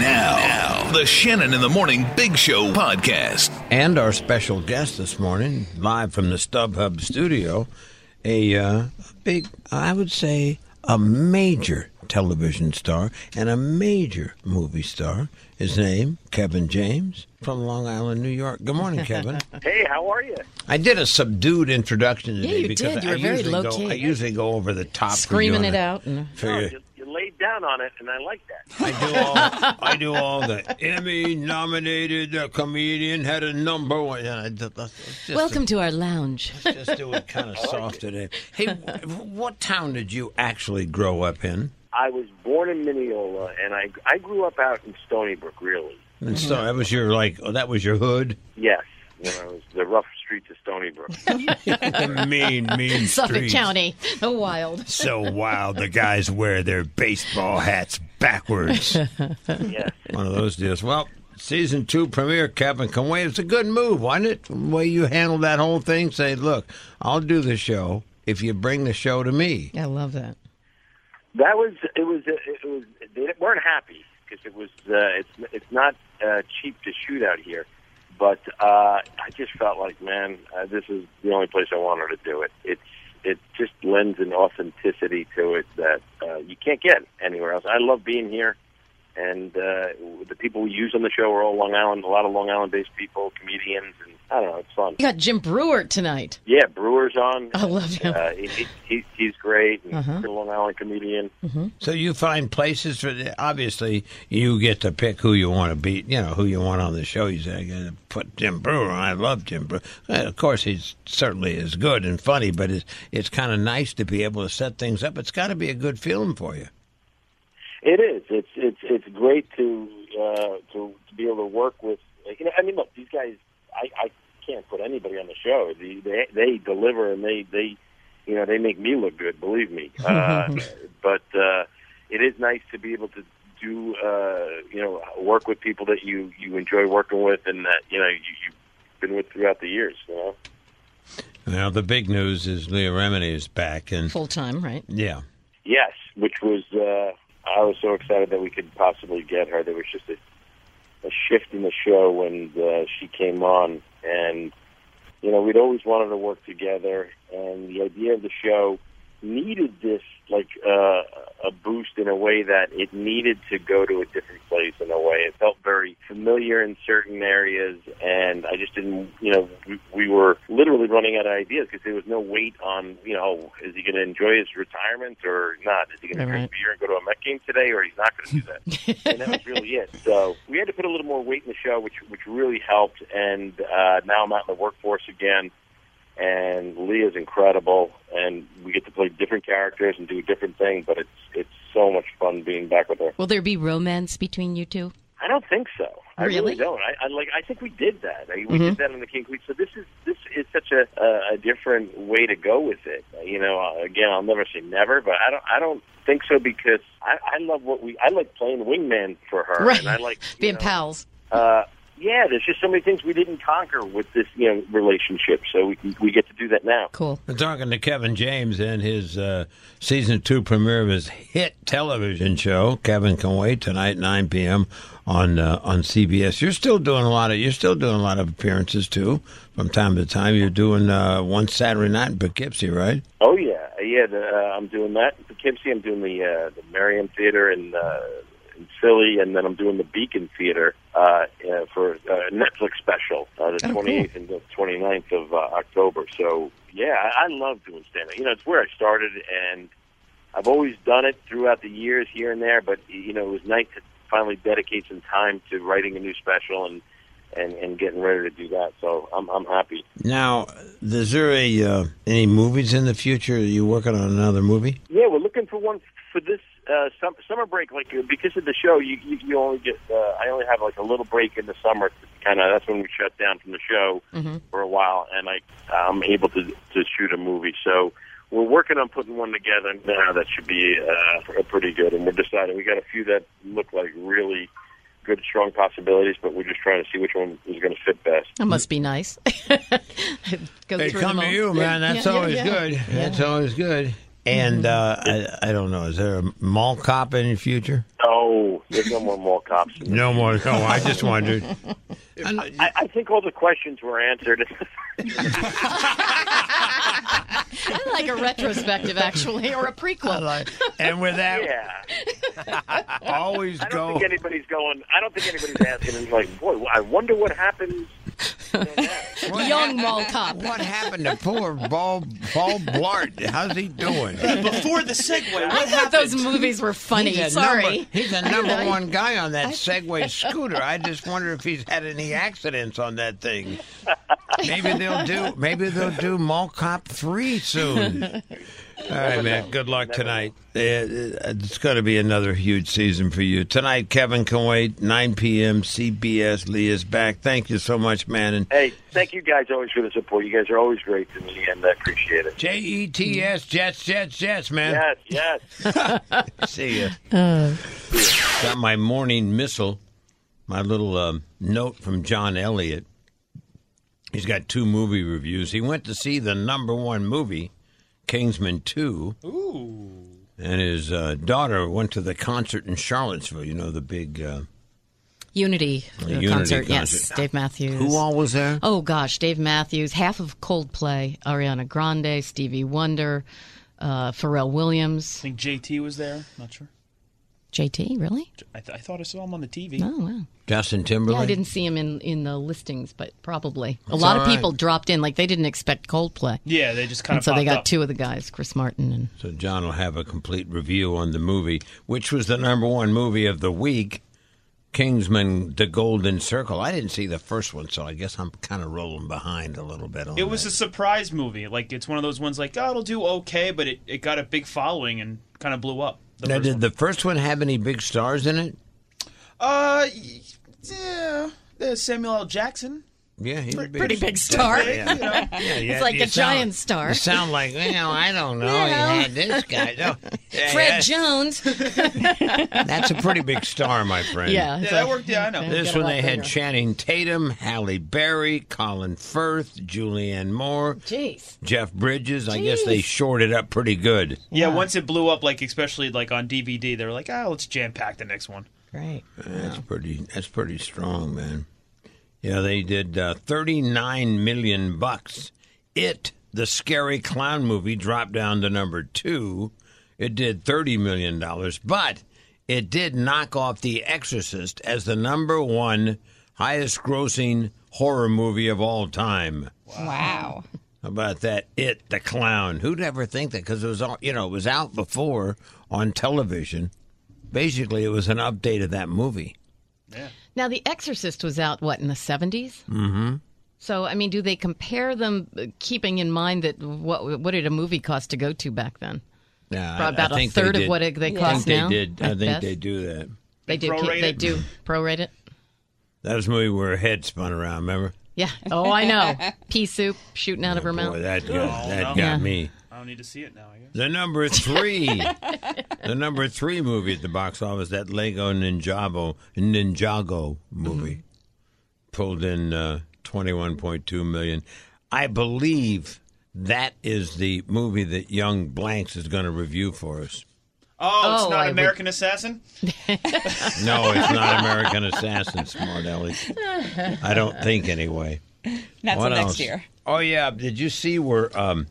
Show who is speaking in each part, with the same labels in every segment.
Speaker 1: Now, the Shannon in the Morning Big Show podcast.
Speaker 2: And our special guest this morning, live from the StubHub studio, a uh, big, I would say, a major television star and a major movie star. His name, Kevin James from Long Island, New York. Good morning, Kevin.
Speaker 3: Hey, how are you?
Speaker 2: I did a subdued introduction today
Speaker 4: Yeah, you
Speaker 2: because
Speaker 4: did. You
Speaker 2: I,
Speaker 4: were very
Speaker 2: usually
Speaker 4: low-key.
Speaker 2: go, I usually go over the top, for you
Speaker 4: screaming
Speaker 2: and
Speaker 4: it
Speaker 2: I
Speaker 4: out. And
Speaker 2: figure-
Speaker 3: You, you laid down on it, and I like that.
Speaker 2: I do all. I do all the Emmy-nominated uh, comedian had a number one. And I, did- let's- let's just-
Speaker 4: welcome to our lounge.
Speaker 2: Just do it kind of soft today. Hey, w- what town did you actually grow up in?
Speaker 3: I was born in Mineola, and I I grew up out in Stony Brook, really.
Speaker 2: And so that was your like oh, that was your hood.
Speaker 3: Yes, you know, it was the rough streets of Stony Brook.
Speaker 2: mean, mean
Speaker 4: Suffolk
Speaker 2: streets.
Speaker 4: County, the wild.
Speaker 2: So wild. The guys wear their baseball hats backwards.
Speaker 3: yes,
Speaker 2: One of those deals. Well, season two premiere, Kevin can wait. It's a good move, wasn't it? The way you handled that whole thing, say, look, I'll do the show if you bring the show to me.
Speaker 4: I love that.
Speaker 3: that was it. Was it was they weren't happy because it was uh, it's it's not uh, cheap to shoot out here, but uh, I just felt like man, uh, this is the only place I wanted to do it. It's it just lends an authenticity to it that uh, you can't get anywhere else. I love being here. and uh, the people we use on the show are all Long Island, a lot of Long Island-based people, comedians, and I don't know, it's fun.
Speaker 4: You got Jim Brewer tonight.
Speaker 3: Yeah, Brewer's on.
Speaker 4: I love him. Uh-huh.
Speaker 3: Uh, he, he- he, he's great. And He's a Long Island comedian.
Speaker 2: So you find places for the, obviously you get to pick who you want to be, you know, who you want on the show. You say, I'm going to put Jim Brewer on. I love Jim Brewer. And of course, he's certainly is good and funny, but it's, it's kind of nice to be able to set things up. It's got to be a good feeling for you.
Speaker 3: It is. It's it's it's great to uh, to to be able to work with. You know, I mean, look, these guys. I, I can't put anybody on the show. They they, they deliver and they they you know they make me look good. Believe me. Uh, but uh, it is nice to be able to do uh, you know work with people that you you enjoy working with and that you know you, you've been with throughout the years. You know.
Speaker 2: Now, the big news is Leah Remini is back. And
Speaker 4: Full time, right?
Speaker 2: yeah,
Speaker 3: Yes, which was uh, I was so excited that we could possibly get her. There was just a, a shift in the show when uh, she came on, and you know we'd always wanted to work together, and the idea of the show needed this like uh, a boost in a way that it needed to go to a different place in a way. It felt very familiar in certain areas, and I just didn't, you know, we, we were literally running out of ideas because there was no weight on, you know, is he going to enjoy his retirement or not? Is he going to drink
Speaker 4: Right.
Speaker 3: beer and go to a Met game today, or he's not going to do that? and that was really it. So we had to put a little more weight in the show, which which really helped. And uh, now I'm out in the workforce again and Leah's incredible, and we get to play different characters and do a different thing. But it's it's so much fun being back with her.
Speaker 4: Will there be romance between you two?
Speaker 3: I don't think so. I really
Speaker 4: Really? Mm-hmm.
Speaker 3: don't. I, I like. I think we did that. I, we did that on the King Queen. So this is this is such a a, a different way to go with it. You know, uh, again, I'll never say never, but I don't. I don't think so because I, I love what we. I like playing wingman for her,
Speaker 4: right.
Speaker 3: and I like you
Speaker 4: being
Speaker 3: know,
Speaker 4: pals.
Speaker 3: uh, yeah, there's just so many things we didn't conquer with this you know relationship. So we can- we get to do that now.
Speaker 4: Cool.
Speaker 2: We're talking to Kevin James and his uh, season two premiere of his hit television show, Kevin Can Wait, tonight, 9 p.m. on uh, on CBS. You're still doing a lot of you're still doing a lot of appearances too, from time to time. You're doing uh, one Saturday night in Poughkeepsie, right?
Speaker 3: Oh yeah, yeah. The, uh, I'm doing that in Poughkeepsie. I'm doing the uh, the Merriam Theater in, uh, in Philly, and then I'm doing the Beacon Theater uh, uh, for uh, Netflix special, uh, the 28th and the 29th of uh, October. So yeah, I, I love doing stand up. You know, it's where I started, and I've always done it throughout the years here and there. But you know, it was nice to finally dedicate some time to writing a new special and and, and getting ready to do that. So I'm I'm happy.
Speaker 2: Now, is there a, uh, any movies in the future? Are you working on another movie?
Speaker 3: Yeah, we're looking for one for this uh, sum, summer break, like uh, because of the show, you you, you only get. Uh, I only have like a little break in the summer. Kind of that's when we shut down from the show for a while, and I I'm able to to shoot a movie. So we're working on putting one together now. That should be uh, pretty good, and we're deciding. We got a few that look like really good, strong possibilities, but we're just trying to see which one is going to fit best.
Speaker 4: That must be nice. Go
Speaker 2: Hey,
Speaker 4: through
Speaker 2: come
Speaker 4: them
Speaker 2: to
Speaker 4: all.
Speaker 2: you, man. That's
Speaker 4: Yeah, yeah,
Speaker 2: always
Speaker 4: yeah. Mm-hmm.
Speaker 2: good. That's always good. And uh, I, I don't know. Is there a mall cop in the future?
Speaker 3: Oh, there's no more mall cops.
Speaker 2: No more. No, I just wondered.
Speaker 3: I, I think all the questions were answered.
Speaker 4: I like a retrospective, actually, or a prequel.
Speaker 2: and with that,
Speaker 3: yeah.
Speaker 2: always
Speaker 3: I don't
Speaker 2: go.
Speaker 3: think anybody's going. I don't think anybody's asking. Like, boy, I wonder what happens.
Speaker 4: Young mall cop.
Speaker 2: What happened to poor Paul Paul Blart? How's he doing?
Speaker 5: Before the segue,
Speaker 4: I
Speaker 5: what
Speaker 4: thought
Speaker 5: happened?
Speaker 4: those movies were funny.
Speaker 2: He's a
Speaker 4: Sorry.
Speaker 2: number- he's the number one guy on that Segway scooter. I just wonder if he's had any accidents on that thing. Maybe they'll do. Maybe they'll do Mall Cop Three soon. All right, man. Good luck tonight. Uh, It's going to be another huge season for you tonight. Kevin can wait. 9 p.m. CBS. Lee is back. Thank you so much, man. And
Speaker 3: Hey, thank you guys always for the support. You guys are always great to me, and I appreciate it.
Speaker 2: J E T S Jets Jets Jets, man.
Speaker 3: Yes, yes.
Speaker 2: See ya. Got my morning missile, my little um, note from John Elliott. He's got two movie reviews. He went to see the number one movie, Kingsman 2. Ooh. And his uh, daughter went to the concert in Charlottesville, you know, the big. Uh,
Speaker 4: Unity, uh,
Speaker 2: Unity
Speaker 4: concert. Yes,
Speaker 2: concert.
Speaker 4: Dave Matthews.
Speaker 2: who all was there?
Speaker 4: Oh gosh, Dave Matthews, half of Coldplay, Ariana Grande, Stevie Wonder, uh, Pharrell
Speaker 5: I
Speaker 4: Williams,
Speaker 5: think JT was there. Not sure.
Speaker 4: JT. Really?
Speaker 5: I, th- I thought I saw him on the TV.
Speaker 4: Oh wow.
Speaker 2: Justin
Speaker 4: Yeah,
Speaker 2: Timberlake?
Speaker 4: I didn't see him in in the listings, but probably a lot
Speaker 2: all
Speaker 4: of
Speaker 2: right.
Speaker 4: people dropped in like they didn't expect Coldplay,
Speaker 5: Yeah, they just kind
Speaker 4: and
Speaker 5: of
Speaker 4: so they
Speaker 5: popped
Speaker 4: got
Speaker 5: up.
Speaker 4: two of the guys, Chris Martin and
Speaker 2: So John will have a complete review on the movie, which was the number one movie of the week, Kingsman: The Golden Circle. I didn't see the first one, so I guess I'm kind of rolling behind a little bit on
Speaker 5: It was
Speaker 2: that.
Speaker 5: a surprise movie. Like it's one of those ones like, oh, it'll do okay, but it, it got a big following and kind of blew up. The
Speaker 2: now,
Speaker 5: first
Speaker 2: did
Speaker 5: one.
Speaker 2: the first one have any big stars in it?
Speaker 5: uh y- yeah, there's Samuel L. Jackson.
Speaker 2: Yeah, he was
Speaker 4: pretty big star.
Speaker 5: You know,
Speaker 4: It's like a giant star.
Speaker 2: You sound like you know. I don't know. You had this guy. No. Yeah,
Speaker 4: Fred
Speaker 2: yeah,
Speaker 4: Jones.
Speaker 2: that's a pretty big star, my friend.
Speaker 4: yeah,
Speaker 5: yeah,
Speaker 4: it's
Speaker 5: that
Speaker 4: like-
Speaker 5: worked. Yeah, I know.
Speaker 2: This
Speaker 4: Get a
Speaker 2: one
Speaker 4: lot
Speaker 2: they had
Speaker 4: bigger.
Speaker 2: Channing Tatum, Halle Berry, Colin Firth, Julianne Moore,
Speaker 4: Jeez.
Speaker 2: Jeff Bridges. I guess they
Speaker 4: Jeez.
Speaker 2: shorted up pretty good.
Speaker 5: Yeah, once it blew up, like especially like on DVD, they were like, ah, let's jam pack the next one.
Speaker 4: Great.
Speaker 2: That's pretty. That's pretty strong, man. Yeah, they did uh, thirty nine million bucks. It, the scary clown movie, dropped down to number two. It did thirty million dollars, but it did knock off The Exorcist as the number one highest grossing horror movie of all time.
Speaker 6: Wow.
Speaker 2: How about that? It, the clown. Who'd ever think that? Because it was all you know, it was out before on television. Basically, it was an update of that movie.
Speaker 4: Now, The Exorcist was out, what, in the 70s? Mm hmm. So, I mean, do they compare them, uh, keeping in mind that what, what did a movie cost to go to back then?
Speaker 2: Yeah,
Speaker 4: Probably about
Speaker 2: a
Speaker 4: a third of what it- they cost
Speaker 2: I think
Speaker 4: now,
Speaker 2: They did. I
Speaker 4: at
Speaker 2: think
Speaker 4: best.
Speaker 2: they do that.
Speaker 4: They, do.
Speaker 5: prorate
Speaker 4: keep- They
Speaker 5: it.
Speaker 4: do prorate it.
Speaker 2: That was a movie where her head spun around. Remember?
Speaker 4: Yeah. Oh, I know. Pea soup shooting out of her
Speaker 2: Oh, Boy,
Speaker 4: mouth.
Speaker 2: that got, that got
Speaker 4: Yeah.
Speaker 2: me.
Speaker 5: I don't need to see it now. I guess.
Speaker 2: The number three, the number three movie at the box office, that Lego Ninjago Ninjago movie, pulled in uh, twenty one point two million. I believe that is the movie that Young Blanks is going to review for us.
Speaker 5: Oh,
Speaker 4: Oh,
Speaker 5: it's
Speaker 4: I
Speaker 5: not
Speaker 4: would-
Speaker 5: American Assassin.
Speaker 2: No, it's not American Assassin, smart Ellie. I don't think anyway.
Speaker 6: Not
Speaker 2: What
Speaker 6: till
Speaker 2: else?
Speaker 6: next year.
Speaker 2: Oh yeah, did you see where um,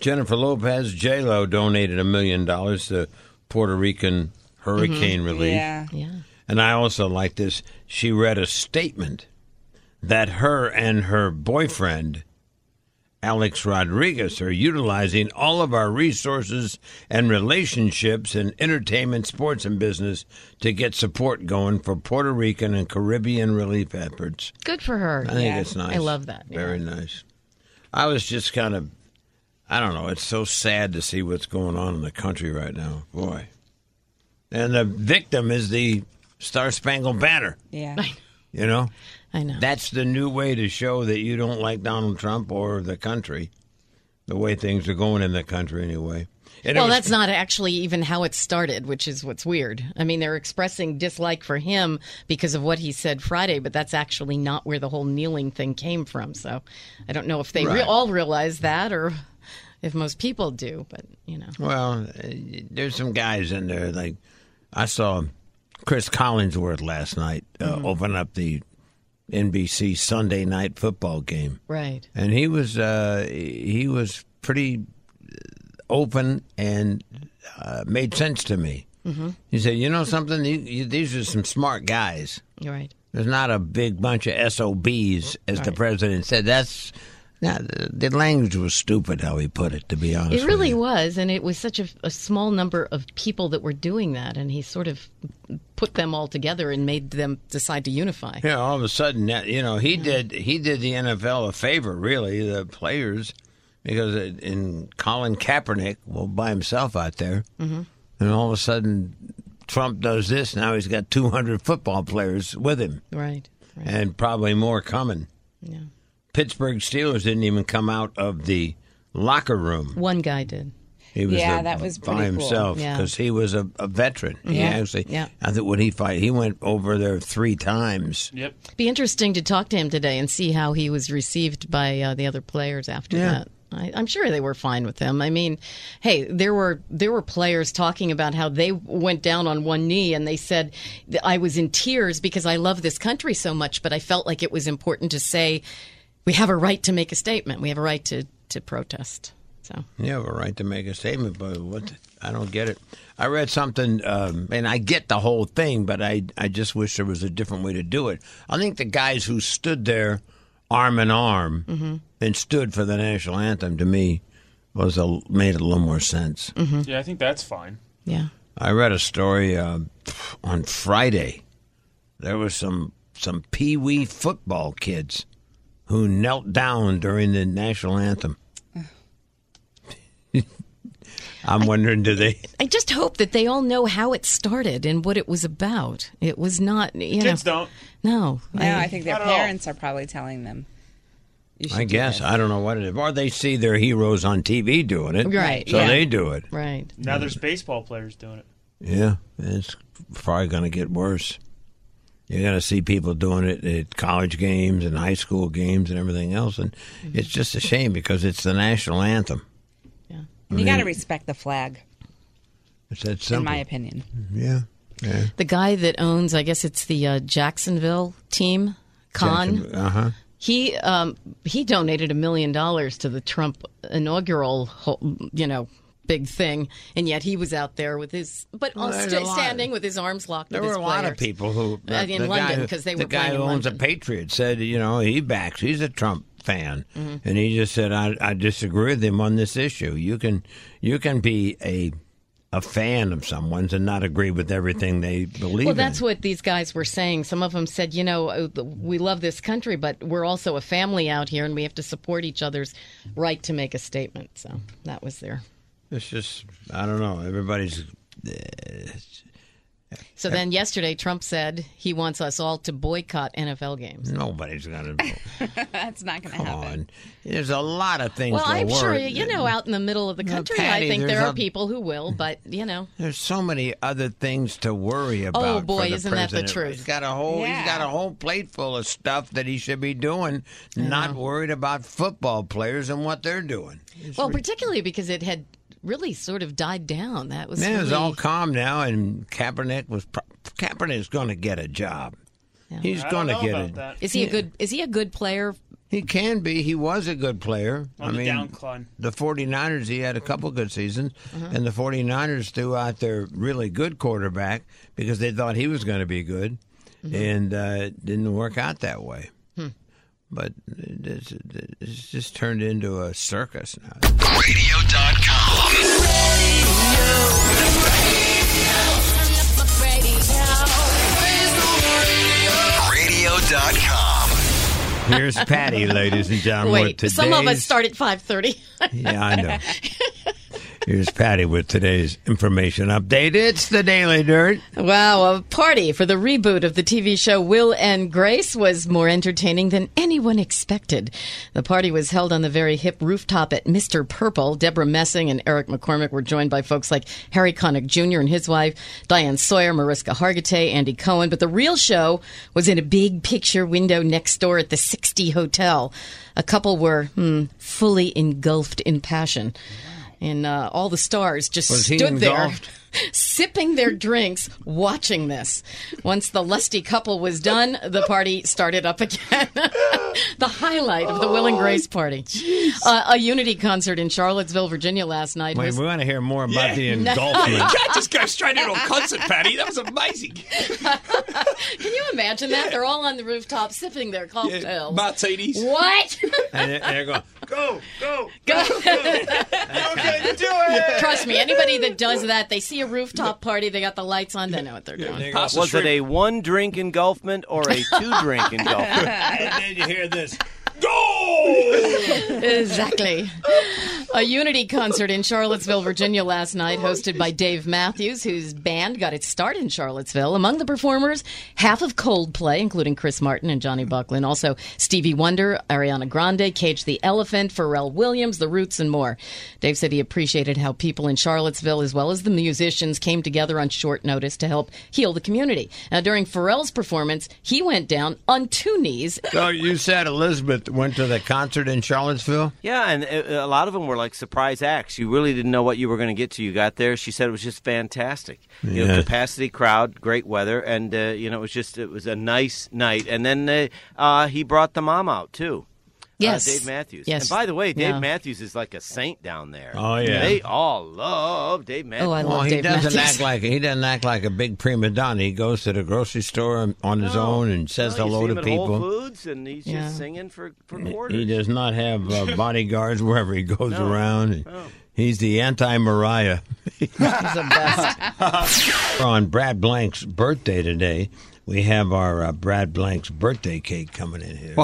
Speaker 2: Jennifer Lopez J Lo donated a million dollars to Puerto Rican hurricane relief?
Speaker 6: Mm-hmm. Yeah.
Speaker 4: Yeah.
Speaker 2: And I also like this. She read a statement that her and her boyfriend. Alex Rodriguez are utilizing all of our resources and relationships in entertainment, sports, and business to get support going for Puerto Rican and Caribbean relief efforts.
Speaker 4: Good for her.
Speaker 2: I think
Speaker 6: Yeah.
Speaker 2: it's nice.
Speaker 4: I love that, yeah.
Speaker 2: Very nice. I was just kind of, I don't know. It's so sad to see what's going on in the country right now. Boy, and the victim is the Star Spangled Banner.
Speaker 6: Yeah.
Speaker 2: You know,
Speaker 4: I know.
Speaker 2: that's the new way to show that you don't like Donald Trump or the country, the way things are going in the country anyway. And it
Speaker 4: well,
Speaker 2: was-
Speaker 4: that's not actually even how it started, which is what's weird. I mean, they're expressing dislike for him because of what he said Friday, but that's actually not where the whole kneeling thing came from. So I don't know if they re-
Speaker 2: Right.
Speaker 4: all realize that or if most people do, but you know.
Speaker 2: Well, uh, there's some guys in there. Like I saw Chris Collinsworth last night uh,
Speaker 4: Mm-hmm.
Speaker 2: open up the NBC Sunday Night Football game,
Speaker 4: Right.
Speaker 2: and he was uh, he was pretty open and uh, made sense to me. Mm-hmm. He said, "You know something? These, you- these are some smart guys.
Speaker 4: You're right.
Speaker 2: There's not a big bunch of SOBs, as the
Speaker 4: Right.
Speaker 2: president said. That's." Now, the the language was stupid how he put it, to be honest.
Speaker 4: It
Speaker 2: with
Speaker 4: really
Speaker 2: you.
Speaker 4: was, and it was such a, a small number of people that were doing that, and he sort of put them all together and made them decide to unify.
Speaker 2: Yeah, all of a sudden, that- you know, he did he did the NFL a favor, really, the players, because it, in Colin Kaepernick, well, by himself out there,
Speaker 6: Mm-hmm.
Speaker 2: and all of a sudden, Trump does this. Now he's got two hundred football players with him,
Speaker 4: Right. Right.
Speaker 2: and probably more coming.
Speaker 4: Yeah.
Speaker 2: Pittsburgh Steelers didn't even come out of the locker room.
Speaker 4: One guy did.
Speaker 2: He was
Speaker 6: Yeah,
Speaker 2: the-
Speaker 6: that was
Speaker 2: by
Speaker 6: pretty cool.
Speaker 2: himself
Speaker 4: Yeah.
Speaker 2: because he was a, a veteran. He
Speaker 4: Yeah.
Speaker 2: actually,
Speaker 4: Yeah.
Speaker 2: I think, what he fight? He went over there three times.
Speaker 5: Yep.
Speaker 4: Be interesting to talk to him today and see how he was received by uh, the other players after
Speaker 2: Yeah.
Speaker 4: that. I, I'm sure they were fine with him. I mean, hey, there were there were players talking about how they went down on one knee and they said, "I was in tears because I love this country so much, but I felt like it was important to say we have a right to make a statement. We have a right to to protest." So
Speaker 2: You have a right to make a statement, but what? the- I don't get it. I read something, um, and I get the whole thing, but I, I just wish there was a different way to do it. I think the guys who stood there arm in arm and stood for the national anthem to me was a, made a little more sense.
Speaker 5: Yeah, I think that's fine.
Speaker 4: yeah,
Speaker 2: I read a story uh, on Friday. There was some some pee wee football kids who knelt down during the national anthem. I'm wondering, do they?
Speaker 4: I just hope that they all know how it started and what it was about. It was not, you know,
Speaker 5: Kids don't.
Speaker 4: no,
Speaker 6: No, I think their
Speaker 5: Not at all.
Speaker 6: parents are probably telling them. You should
Speaker 2: I
Speaker 6: do
Speaker 2: guess
Speaker 6: this.
Speaker 2: I don't know what it is. Or they see their heroes on TV doing it,
Speaker 4: Right,
Speaker 2: So
Speaker 4: yeah.
Speaker 2: they do it.
Speaker 4: right.
Speaker 5: Now there's baseball players doing it.
Speaker 2: Yeah, it's probably going to get worse. You're going to see people doing it at college games and high school games and everything else, and it's just a shame because it's the national anthem.
Speaker 6: And you got to respect the flag,
Speaker 2: It's that
Speaker 6: in
Speaker 2: simple.
Speaker 6: my opinion.
Speaker 2: yeah. Yeah.
Speaker 4: the guy that owns, I guess it's the uh, Jacksonville team, Khan.
Speaker 2: Uh huh.
Speaker 4: He um, he donated a million dollars to the Trump inaugural, whole, you know, big thing, and yet he was out there with his, but all
Speaker 2: there's
Speaker 4: sti-
Speaker 2: a lot.
Speaker 4: standing with his arms locked.
Speaker 2: There
Speaker 4: with
Speaker 2: were
Speaker 4: his
Speaker 2: a lot of
Speaker 4: players.
Speaker 2: people who
Speaker 4: Uh, in
Speaker 2: the
Speaker 4: London,
Speaker 2: guy-
Speaker 4: 'cause they
Speaker 2: the
Speaker 4: were
Speaker 2: guy
Speaker 4: playing
Speaker 2: who
Speaker 4: in
Speaker 2: owns a
Speaker 4: London.
Speaker 2: Patriot said, you know, he backs. He's a Trump fan,
Speaker 4: Mm-hmm.
Speaker 2: and he just said, I, I disagree with him on this issue. You can you can be a a fan of someone's and not agree with everything they believe.
Speaker 4: Well,
Speaker 2: in.
Speaker 4: that's what these guys were saying. Some of them said, you know, uh, we love this country, but we're also a family out here, and we have to support each other's right to make a statement. So that was their.
Speaker 2: It's just I don't know. Everybody's eh,
Speaker 4: So then yesterday, Trump said he wants us all to boycott NFL games.
Speaker 2: nobody's gonna
Speaker 6: That's not going to
Speaker 2: come
Speaker 6: happen.
Speaker 2: on. There's a lot of things.
Speaker 4: Well,
Speaker 2: in the
Speaker 4: I'm sure
Speaker 2: world
Speaker 4: you
Speaker 2: that-
Speaker 4: know, out in the middle of the country,
Speaker 2: Patty,
Speaker 4: I think
Speaker 2: there's
Speaker 4: there are
Speaker 2: a-
Speaker 4: people who will, but you know,
Speaker 2: There's so many other things to worry about. for
Speaker 4: Oh, boy,
Speaker 2: the
Speaker 4: isn't that the
Speaker 2: president.
Speaker 4: truth?
Speaker 2: He's got a whole he's
Speaker 6: Yeah.
Speaker 2: got a whole plate full of stuff that he should be doing, not worried about football players and what they're doing.
Speaker 4: well, particularly because it had really sort of died down. That was
Speaker 2: Man, it's
Speaker 4: really-
Speaker 2: all calm now, and Kaepernick was pro- Kaepernick's going to get a job. He's
Speaker 5: I
Speaker 2: going
Speaker 5: don't
Speaker 2: to
Speaker 5: know
Speaker 2: get
Speaker 5: about
Speaker 2: it.
Speaker 5: that.
Speaker 4: Is he a good? Is he a good player?
Speaker 2: He can be. He was a good player.
Speaker 5: On
Speaker 2: I
Speaker 5: the
Speaker 2: mean,
Speaker 5: downcline.
Speaker 2: the 49ers, he had a couple good seasons, and the 49ers threw out their really good quarterback because they thought he was going to be good, and uh, it didn't work out that way. But it's, it's just turned into a circus now.
Speaker 1: Radio.com. Radio.com.
Speaker 2: Here's Patty, ladies and gentlemen. with
Speaker 4: Wait, some of us
Speaker 2: today's-
Speaker 4: start at five thirty.
Speaker 2: Yeah, I know. Here's Patty with today's information update. It's the Daily Dirt.
Speaker 4: Wow, a party for the reboot of the TV show Will and Grace was more entertaining than anyone expected. The party was held on the very hip rooftop at Mr. Purple. Deborah Messing and Eric McCormick were joined by folks like Harry Connick Jr. and his wife, Diane Sawyer, Mariska Hargitay, Andy Cohen. But the real show was in a big picture window next door at the 60 Hotel. A couple were hmm, fully engulfed in passion. And uh, all the stars just
Speaker 2: Was he
Speaker 4: stood there
Speaker 2: engulfed?
Speaker 4: sipping their drinks, watching this. Once the lusty couple was done, the party started up again. the highlight of the Will and Grace party. Uh, a Unity concert in Charlottesville, Virginia last night.
Speaker 2: Wait,
Speaker 4: was-
Speaker 2: we want to hear more about the
Speaker 4: No.
Speaker 2: engulfment.
Speaker 7: just got straight into a concert, Patty. That was amazing.
Speaker 4: Can you imagine that? They're all on the rooftop sipping their cocktails.
Speaker 7: Martinis.
Speaker 4: what?
Speaker 2: and they're- they're going,
Speaker 5: Go, go.
Speaker 4: Trust me, anybody that does that, they see a rooftop party, they got the lights on, they know what they're doing.
Speaker 2: they go,
Speaker 8: Was it a one drink engulfment or a two drink engulfment?
Speaker 2: and then you hear this.
Speaker 4: Exactly. A Unity concert in Charlottesville, Virginia last night, hosted by Dave Matthews, whose band got its start in Charlottesville. Among the performers, half of Coldplay, including Chris Martin and Johnny Buckland, also Stevie Wonder, Ariana Grande, Cage the Elephant, Pharrell Williams, The Roots, and more. Dave said he appreciated how people in Charlottesville, as well as the musicians, came together on short notice to help heal the community. Now, during Pharrell's performance, he went down on two knees
Speaker 2: So you said Elizabeth went to the concert in Charlottesville?
Speaker 8: yeah, and uh, a lot of them were like surprise acts. You really didn't know what you were going to get to. You got there. She said it was just fantastic. You know,
Speaker 2: Yeah.
Speaker 8: capacity crowd, great weather, and uh, you know it was just it was a nice night. And then uh, uh, he brought the mom out too.
Speaker 4: Yes.
Speaker 8: uh, Dave Matthews.
Speaker 4: Yes.
Speaker 8: And by the way, Dave
Speaker 4: Yeah.
Speaker 8: Matthews is like a saint down there.
Speaker 2: Oh, yeah.
Speaker 8: They all love Dave Matthews.
Speaker 4: Oh, I
Speaker 2: Well,
Speaker 4: love
Speaker 2: he
Speaker 4: Dave
Speaker 2: doesn't
Speaker 4: Matthews.
Speaker 2: act like he doesn't act like a big prima donna. He goes to the grocery store on his own and says
Speaker 8: Well, you see
Speaker 2: hello
Speaker 8: him
Speaker 2: to
Speaker 8: at
Speaker 2: people.
Speaker 8: Whole Foods, and he's
Speaker 4: Yeah.
Speaker 8: just singing for for
Speaker 2: He
Speaker 8: quarters.
Speaker 2: does not have uh, bodyguards wherever he goes around. He's the anti Mariah.
Speaker 4: He's the best.
Speaker 2: On Brad Blank's birthday today, we have our uh, Brad Blank's birthday cake coming in here.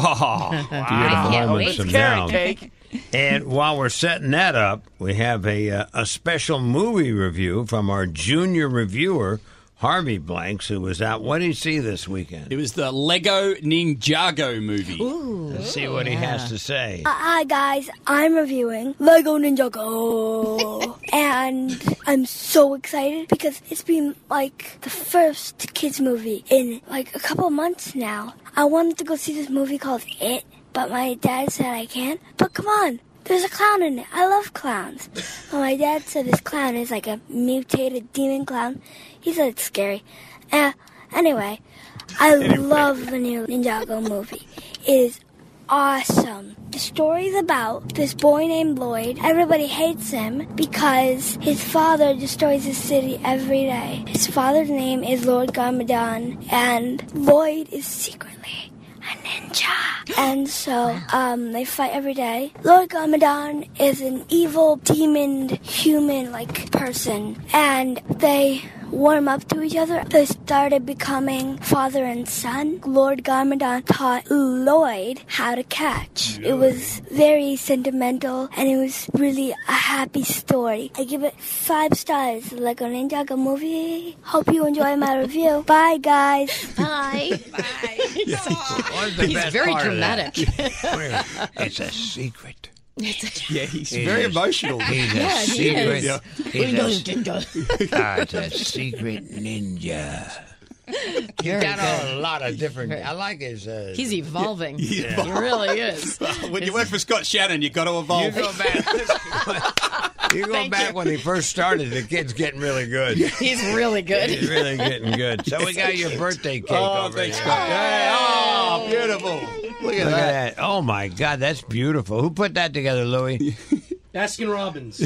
Speaker 2: Beautiful
Speaker 6: can't
Speaker 2: moments
Speaker 6: wait.
Speaker 2: from
Speaker 8: oh, Carrot
Speaker 2: now.
Speaker 8: cake.
Speaker 2: And while we're setting that up, we have a uh, a special movie review from our junior reviewer Harvey Blanks, who was out. What did he see this weekend?
Speaker 7: It was the Lego Ninjago movie.
Speaker 2: Let's see what he has to say.
Speaker 9: Hi guys, I'm reviewing Lego Ninjago, and I'm so excited because it's been like the first kids movie in like a couple months now. I wanted to go see this movie called It, but my dad said I can't. But come on, there's a clown in it. I love clowns. But my dad said this clown is like a mutated demon clown. He said it's scary. Uh, anyway, I love the new Ninjago movie. It is awesome. The story's about this boy named Lloyd. Everybody hates him because his father destroys his city every day. His father's name is Lord Garmadon, and Lloyd is secretly a ninja. And so, um, they fight every day. Lord Garmadon is an evil, demon, human like person, and they warm up to each other. They started becoming father and son. Lord Garmadon taught Lloyd how to catch. It was very sentimental and it was really a happy story. I give it five stars. Lego Ninjago movie. Hope you enjoy my review. Bye, guys.
Speaker 4: Hi.
Speaker 2: What's the
Speaker 4: He's
Speaker 2: best
Speaker 4: very
Speaker 2: part of that?
Speaker 4: dramatic.
Speaker 2: Where- it's a secret.
Speaker 7: Yeah, he's very
Speaker 2: is.
Speaker 7: emotional.
Speaker 2: He's
Speaker 4: Yeah,
Speaker 2: a
Speaker 4: he
Speaker 2: secret.
Speaker 4: is. Yeah.
Speaker 2: He's a Ah, it's a secret ninja. He's got a lot of different. I like his. Uh,
Speaker 4: He's evolving.
Speaker 7: He's
Speaker 4: He really is.
Speaker 7: When you work for Scott Shannon, you've got to
Speaker 2: you
Speaker 7: evolve.
Speaker 2: go back. you go back when he first started. The kid's getting really good.
Speaker 4: He's really
Speaker 2: He's
Speaker 4: good.
Speaker 2: really getting good. So we got your birthday cake
Speaker 7: oh,
Speaker 2: over
Speaker 7: thanks,
Speaker 2: here.
Speaker 7: Scott. Yeah, oh, beautiful. Look at
Speaker 2: Look
Speaker 7: that.
Speaker 2: at that. Oh my God, that's beautiful. Who put that together, Louis?
Speaker 10: Baskin Robbins.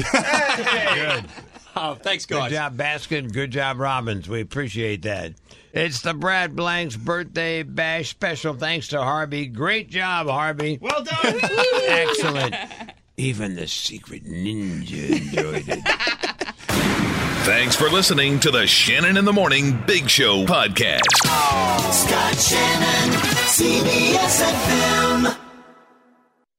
Speaker 7: Oh, thanks,
Speaker 2: Good
Speaker 7: guys.
Speaker 2: job, Baskin. Good job, Robbins. We appreciate that. It's the Brad Blanks birthday bash special. Thanks to Harvey. Great job, Harvey.
Speaker 5: Well done.
Speaker 2: Excellent. Even the secret ninja enjoyed it.
Speaker 1: Thanks for listening to the Shannon in the Morning Big Show podcast.
Speaker 10: Scott Shannon, CBS FM.